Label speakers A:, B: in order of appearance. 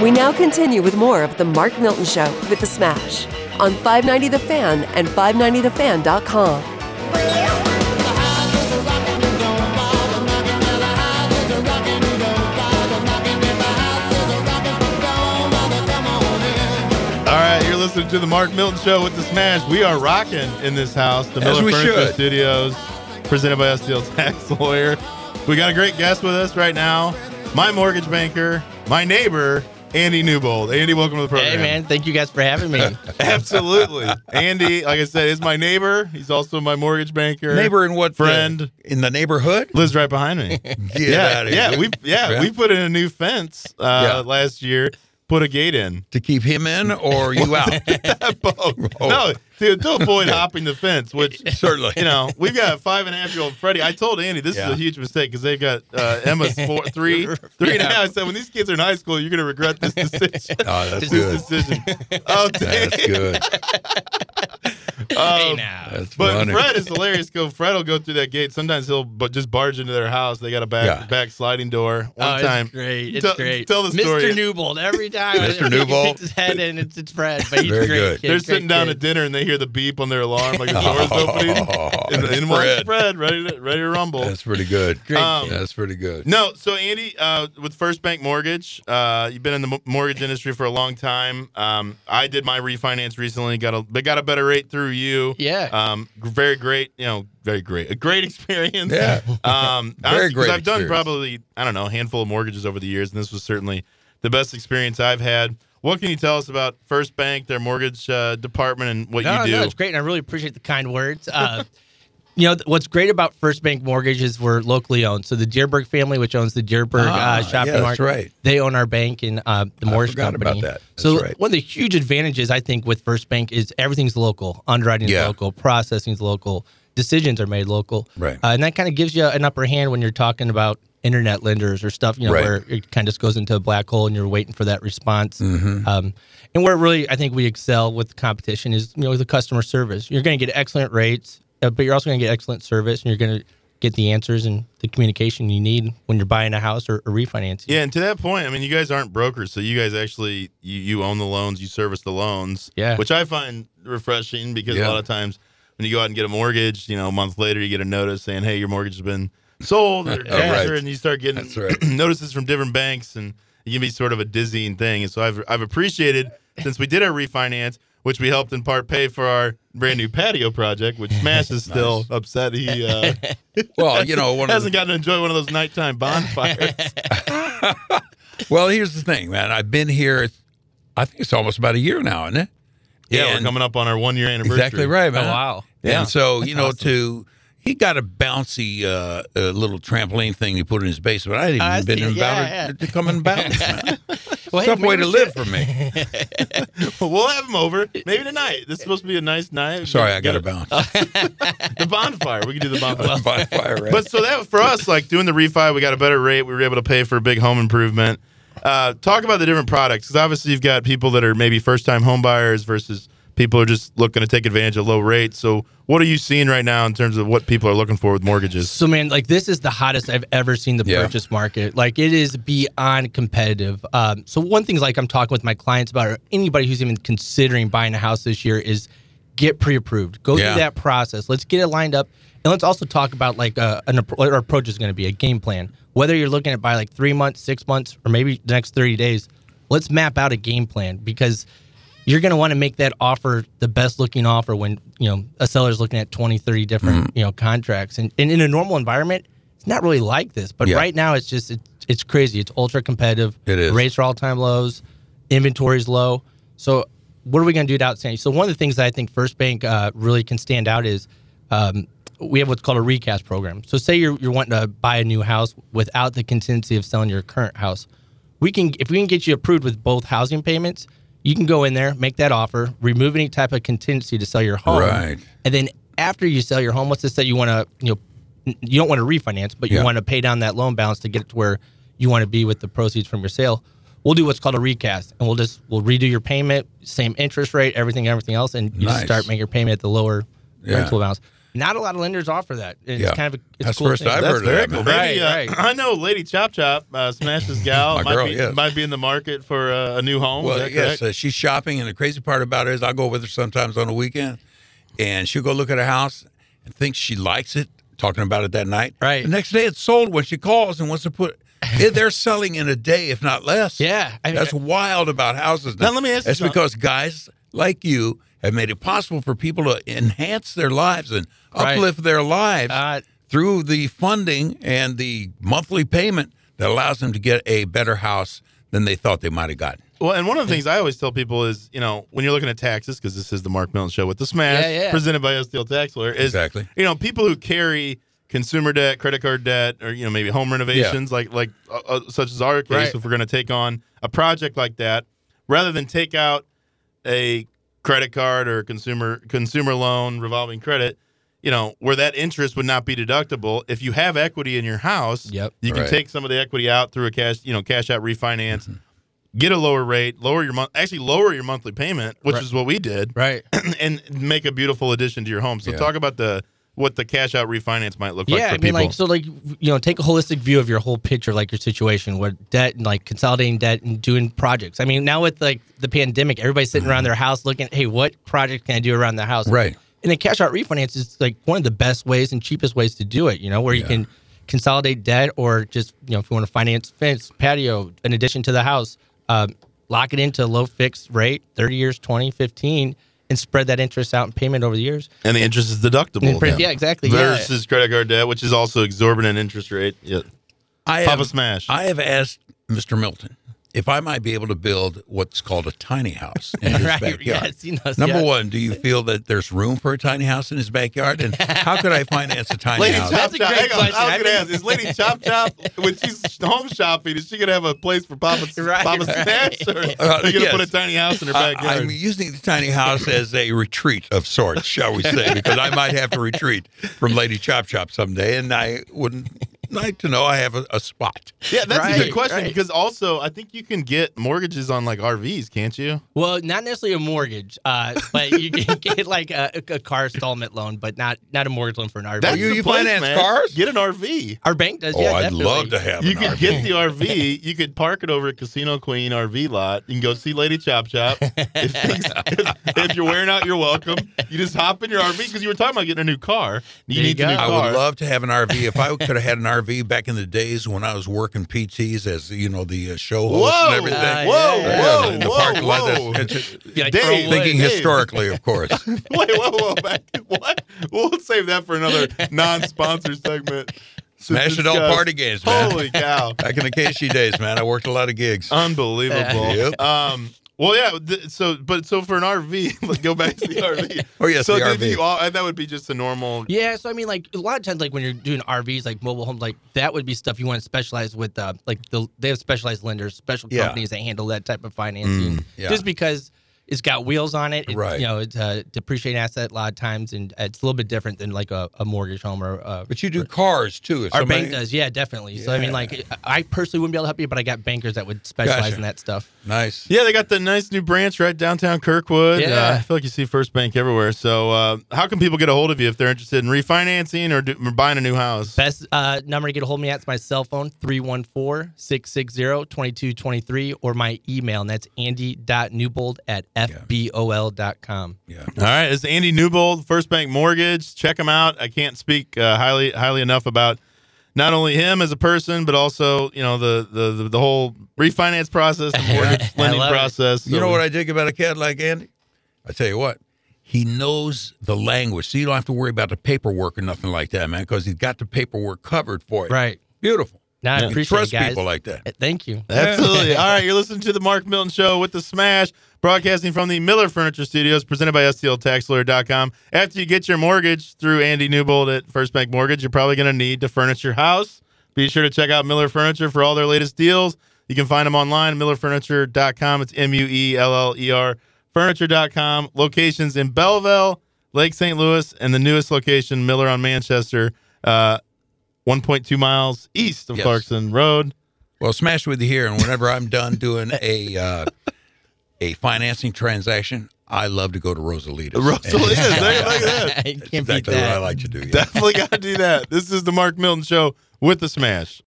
A: We now continue with more of The Mark Milton Show with The Smash on 590 The Fan and 590TheFan.com.
B: All right, you're listening to the Mark Milton Show with the Smash. We are rocking in this house, the
C: As
B: Miller
C: we
B: Furniture
C: should.
B: Studios, presented by STL Tax Lawyer. We got a great guest with us right now, my mortgage banker, my neighbor, Andy Newbold. Andy, welcome to the program.
D: Hey man, thank you guys for having me.
B: Absolutely. Andy, like I said, is my neighbor. He's also my mortgage banker.
C: Neighbor in what? uh,
B: Friend.
C: in the neighborhood?
B: lives right behind me.
C: Get
B: yeah,
C: outta
B: yeah,
C: here.
B: we yeah
C: Yeah.
B: we put in a new fence uh,
C: Yeah.
B: last year. Put a gate in.
C: to keep him in or you out?
B: Both. No, to, to avoid hopping the fence, which
C: Certainly.
B: you know we've got five and a half year old Freddie. I told Andy this is
C: Yeah.
B: a huge mistake because they've got uh, Emma's four, three, three and a half. I said when these kids are in high school, you're going to regret this decision.
C: Oh,
B: this
C: that's good.
B: decision. Oh, dang.
C: That's good.
D: hey
B: Um,
D: now.
C: That's
B: But
C: funny.
B: Fred is hilarious. Go, Fred will go through that gate. Sometimes he'll but just barge into their house. They got a back
C: Yeah.
B: back sliding door.
D: Oh,
B: One
D: it's
B: time,
D: great. It's
B: Tell-
D: great.
B: tell the story.
D: Mr. Newbold. Every time.
C: Mr.
D: He
C: Newbold.
D: Sticks his head in. It's, it's Fred, but he's
C: Very
D: great.
C: good.
B: they're sitting down at dinner and they hear the beep on their alarm, like the door's opening. And,
C: That's
B: and walks
C: Fred.
B: Fred, ready to, ready to rumble.
C: That's pretty good.
D: Great
B: Um,
C: That's pretty good.
B: No, so Andy, uh, with First Bank Mortgage, uh, you've been in the mo- mortgage industry for a long time. Um, I did my refinance recently. Got a they got a better rate through you.
D: Yeah.
B: Um, g- very great. You know, very great. A great experience.
C: Yeah.
B: Um,
C: Very
B: honestly, 'cause
C: great
B: I've done
C: experience.
B: probably I don't know a handful of mortgages over the years, and this was certainly the best experience I've had. What can you tell us about First Bank, their mortgage uh, department, and what
D: no,
B: you do?
D: No, it's great, and I really appreciate the kind words. Uh, you know th- what's great about First Bank Mortgage is we're locally owned. So the Deerberg family, which owns the Deerberg
C: Ah,
D: uh, shopping
C: yeah, that's
D: market,
C: right.
D: they own our bank and uh, the Mortgage
C: forgot about
D: Company.
C: that. That's
D: so
C: right.
D: one of the huge advantages I think with First Bank is everything's local. Underwriting
C: Yeah.
D: is local, processing is local, decisions are made local,
C: Right.
D: Uh, and that kind of gives you an upper hand when you're talking about internet lenders or stuff. You know
C: Right.
D: where it kind of just goes into a black hole and you're waiting for that response.
C: Mm-hmm.
D: Um, and where really I think we excel with competition is you know the customer service. You're going to get excellent rates, uh, but you're also going to get excellent service, and you're going to get the answers and the communication you need when you're buying a house or, or refinancing.
B: Yeah, and to that point, I mean, you guys aren't brokers, so you guys actually you, you own the loans, you service the loans.
D: Yeah.
B: which I find refreshing because a
C: Yeah.
B: lot of times when you go out and get a mortgage, you know, a month later you get a notice saying, "Hey, your mortgage has been sold," or
C: Yeah.
B: transferred,"
C: Oh, Right.
B: and you start getting
C: That's right.
B: notices from different banks, and it can be sort of a dizzying thing. And so I've I've appreciated since we did our refinance. Which we helped in part pay for our brand new patio project, which Smash is still upset he uh,
C: Well, you know, one of the
B: hasn't gotten to enjoy one of those nighttime bonfires.
C: Well, here's the thing, man. I've been here. I think it's almost about a year now, isn't it?
B: Yeah,
C: And-
B: we're coming up on our one year anniversary.
C: exactly right,
D: Oh
C: man.
D: wow.
C: And
B: Yeah.
C: so you know, to he got a bouncy uh, uh, little trampoline thing he put in his basement. I
D: I
C: hadn't even
D: see.
C: been about
D: Yeah,
C: it to come and bounce. man.
D: Well, hey,
C: Tough way
D: maybe
C: to
D: we
C: live for
D: should-
C: me.
B: Well, we'll have him over. Maybe tonight. This is supposed to be a nice night.
C: Sorry, I
B: Get
C: got to
B: a-
C: bounce.
B: the bonfire. We can do the bonfire.
C: Bonfire, right?
B: But so that for us, like doing the refi, we got a better rate. We were able to pay for a big home improvement. Uh, talk about the different products because obviously you've got people that are maybe first time home buyers versus people who are just looking to take advantage of low rates. So what are you seeing right now in terms of what people are looking for with mortgages?
D: So man, like this is the hottest I've ever seen the
C: Yeah.
D: purchase market. Like it is beyond competitive. Um, so one thing like I'm talking with my clients about, or anybody who's even considering buying a house this year, is get pre-approved. Go
C: Yeah.
D: through that process. Let's get it lined up, and let's also talk about like uh, an appro- what our approach is going to be a game plan. Whether you're looking at by like three months, six months, or maybe the next 30 days, let's map out a game plan because you're going to want to make that offer the best looking offer when you know a seller's looking at 20 30 different you know contracts and, and in a normal environment it's not really like this but
C: Yeah.
D: right now it's just it, it's crazy it's ultra competitive
C: It is.
D: rates are all-time lows inventory's low so what are we going to do to outstanding so one of the things that i think first bank uh, really can stand out is um, we have what's called a recast program so say you're, you're wanting to buy a new house without the contingency of selling your current house we can if we can get you approved with both housing payments you can go in there make that offer remove any type of contingency to sell your home
C: Right.
D: and then after you sell your home let's just say you want to you know you don't want to refinance but you
C: Yeah.
D: want to pay down that loan balance to get it to where you want to be with the proceeds from your sale we'll do what's called a recast and we'll just we'll redo your payment same interest rate everything everything else and you
C: Nice.
D: just start making your payment at the lower
C: Yeah.
D: rental balance Not a lot of lenders offer that. It's
C: Yeah.
D: kind of a, it's
C: That's
D: a cool
C: first
D: thing.
C: I've
B: That's
C: heard of that,
B: very cool.
C: man.
B: Maybe,
D: Right,
B: uh,
D: right.
B: I know Lady Chop Chop, uh, Smash This Gal,
C: My
B: might,
C: girl,
B: be,
C: yes.
B: might be in the market for uh, a new home. Is
C: Well,
B: that
C: yes,
B: correct?
C: uh, she's shopping, and the crazy part about it is I go with her sometimes on the weekend, and she'll go look at a house and thinks she likes it, talking about it that night.
D: Right.
C: The next day, it's sold when she calls and wants to put. they- They're selling in a day, if not less.
D: Yeah, I mean,
C: that's wild about houses.
B: Now, let me ask you
C: That's
B: something.
C: because guys like you have made it possible for people to enhance their lives and
D: Right.
C: uplift their lives
D: Uh,
C: through the funding and the monthly payment that allows them to get a better house than they thought they might have gotten.
B: Well, and one of the things I always tell people is, you know, when you're looking at taxes, because this is the Mark Milton Show with the Smash,
D: Yeah, yeah.
B: presented by STL Tax Lawyer, is
C: Exactly.
B: you know people who carry consumer debt, credit card debt, or you know maybe home renovations, like like uh, uh, such as our case,
D: Right.
B: if we're going to take on a project like that, rather than take out a credit card or consumer consumer loan, revolving credit. You know, where that interest would not be deductible. If you have equity in your house,
D: Yep.
B: you can
C: Right.
B: take some of the equity out through a cash, you know, cash out refinance,
D: Mm-hmm.
B: get a lower rate, lower your month, actually lower your monthly payment, which
D: Right.
B: is what we did,
D: right.
B: and make a beautiful addition to your home. So
C: Yeah.
B: talk about the what the cash out refinance might look like
D: yeah,
B: for
D: I mean,
B: people.
D: like so, like you know, take a holistic view of your whole picture, like your situation, what debt, and like consolidating debt and doing projects. I mean, now with like the pandemic, everybody's sitting
B: Mm-hmm.
D: around their house looking, hey, what project can I do around the house?
C: Right.
D: And the cash out refinance is like one of the best ways and cheapest ways to do it. You know, where you can consolidate debt or just you know, if you want to finance fence, patio, in addition to the house, um, lock it into a low fixed rate, thirty years, 20, 15, and spread that interest out in payment over the years.
B: and the interest is deductible.
D: Yeah, exactly. Yeah.
B: Versus credit card debt, which is also exorbitant interest rate. Yeah.
C: I
B: Papa
C: have,
B: Smash.
C: I have asked Mr. Milton if I might be able to build what's called a tiny house in his
D: Right,
C: backyard.
D: yes, he knows,
C: Number
D: yeah.
C: one, do you feel that there's room for a tiny house in his backyard? And how could I finance a tiny
B: Lady
C: house?
B: Chop
D: That's a
B: Chop.
D: great
B: Hang on,
D: question.
B: I
D: I
B: was gonna
D: mean-
B: ask: Is Lady Chop Chop when she's home shopping? Is she gonna have a place for Papa
D: Right,
B: Papa
D: right.
B: Smash, or
C: Uh,
B: are you gonna
C: yes.
B: put a tiny house in her
C: I-
B: backyard?
C: I'm using the tiny house as a retreat of sorts, shall we say, because I might have to retreat from Lady Chop Chop someday, and I wouldn't like to know I have a, a spot.
B: Yeah, that's a good
D: Right,
B: question
D: right.
B: because also I think you can get mortgages on like RVs, can't you?
D: Well, not necessarily a mortgage, uh, but you can get like a, a car installment loan, but not not a mortgage loan for an RV.
B: That's
C: you-
B: the
C: you
B: place,
C: finance
B: man.
C: cars?
B: Get an RV.
D: Our bank does.
C: oh,
D: yeah,
C: I'd
D: definitely.
C: love to have
B: You
C: an
B: could
C: RV.
B: get the RV. You could park it over at Casino Queen RV lot. You can go see Lady Chop Chop. If, things, if, if you're wearing out, you're welcome. You just hop in your RV because you were talking about getting a new car. You
D: There you
B: need the
D: go.
B: new
C: I
B: car.
C: would love to have an RV. If I could have had an RV back in the days when I was working PTs as you know the uh, show host
B: Whoa!
C: and everything.
D: Uh,
B: Whoa!
D: yeah,
B: Whoa!
C: in the
B: whoa!
C: parking lot.
B: whoa.
C: That's, it's-
D: Yeah, like
B: Dave,
D: throw away.
C: thinking
B: Dave.
C: historically, of course.
B: Wait, whoa, whoa, back. What? We'll save that for another non-sponsor segment. to
C: Smash it all
B: discuss.
C: party games, man.
B: Holy Uh, cow!
C: Back in the KC days, man, I worked a lot of gigs.
B: Unbelievable.
C: Yep.
B: Um. Well, yeah. Th- so, but so for an RV, let's go back to the RV.
C: Oh, yes,
B: So
C: the
B: did
C: RV.
B: you all? and That would be just a normal.
D: Yeah, so I mean, like a lot of times, like when you're doing RVs, like mobile homes, like that would be stuff you want to specialize with. Uh, like the, they have specialized lenders, special
C: Yeah. Mm,
D: companies that handle that type of financing,
C: yeah.
D: just because it's got wheels on it. it
C: Right.
D: You know, it's a depreciating asset a lot of times, and it's a little bit different than like a, a mortgage home or. Uh,
C: But you do cars too. If
D: our
C: somebody-
D: bank does, yeah, definitely. So I mean,
C: Yeah.
D: like, I personally wouldn't be able to help you, but I got bankers that would specialize
C: Gotcha.
D: in that stuff.
C: Nice.
B: Yeah, they got the nice new branch right downtown Kirkwood.
D: Yeah.
B: Uh, I feel like you see First Bank everywhere. So, uh, how can people get a hold of you if they're interested in refinancing or, do, or buying a new house?
D: Best uh, number to get a hold of me at is my cell phone, 314-660-2223, or my email, and that's andy.newbold at fbol.com.
C: Yeah.
B: All right, it's Andy Newbold, First Bank Mortgage. Check him out. I can't speak uh, highly highly enough about not only him as a person, but also you know the the the, the whole refinance process, the mortgage
D: I
B: lending
D: love it.
B: process.
C: You know what I dig about a cat like Andy? I tell you what, he knows the language, so you don't have to worry about the paperwork or nothing like that, man, because he's got the paperwork covered for you.
D: Right.
C: Beautiful.
D: Now I
C: You
D: appreciate
C: trust
D: it, guys.
C: people like that.
D: Uh, Thank you.
B: Absolutely. All right, you're listening to the Mark Milton Show with the Smash, broadcasting from the Miller Furniture Studios, presented by STLTaxLawyer.com. After you get your mortgage through Andy Newbold at First Bank Mortgage, you're probably going to need to furnish your house. Be sure to check out Miller Furniture for all their latest deals. You can find them online, millerfurniture.com. It's M U E L L E R furniture.com. Locations in Belleville, Lake St. Louis, and the newest location, Miller on Manchester, uh, 1.2 miles east of
C: Yes.
B: Clarkson Road.
C: Well, smash with you here, and whenever I'm done doing a uh, a financing transaction, I love to go to Rosalita's.
B: Rosalita's, hey, look at that.
D: you can't beat
C: exactly what I
D: that.
C: like to do. yeah.
B: Definitely got to do that. This is the Mark Milton Show with the Smash.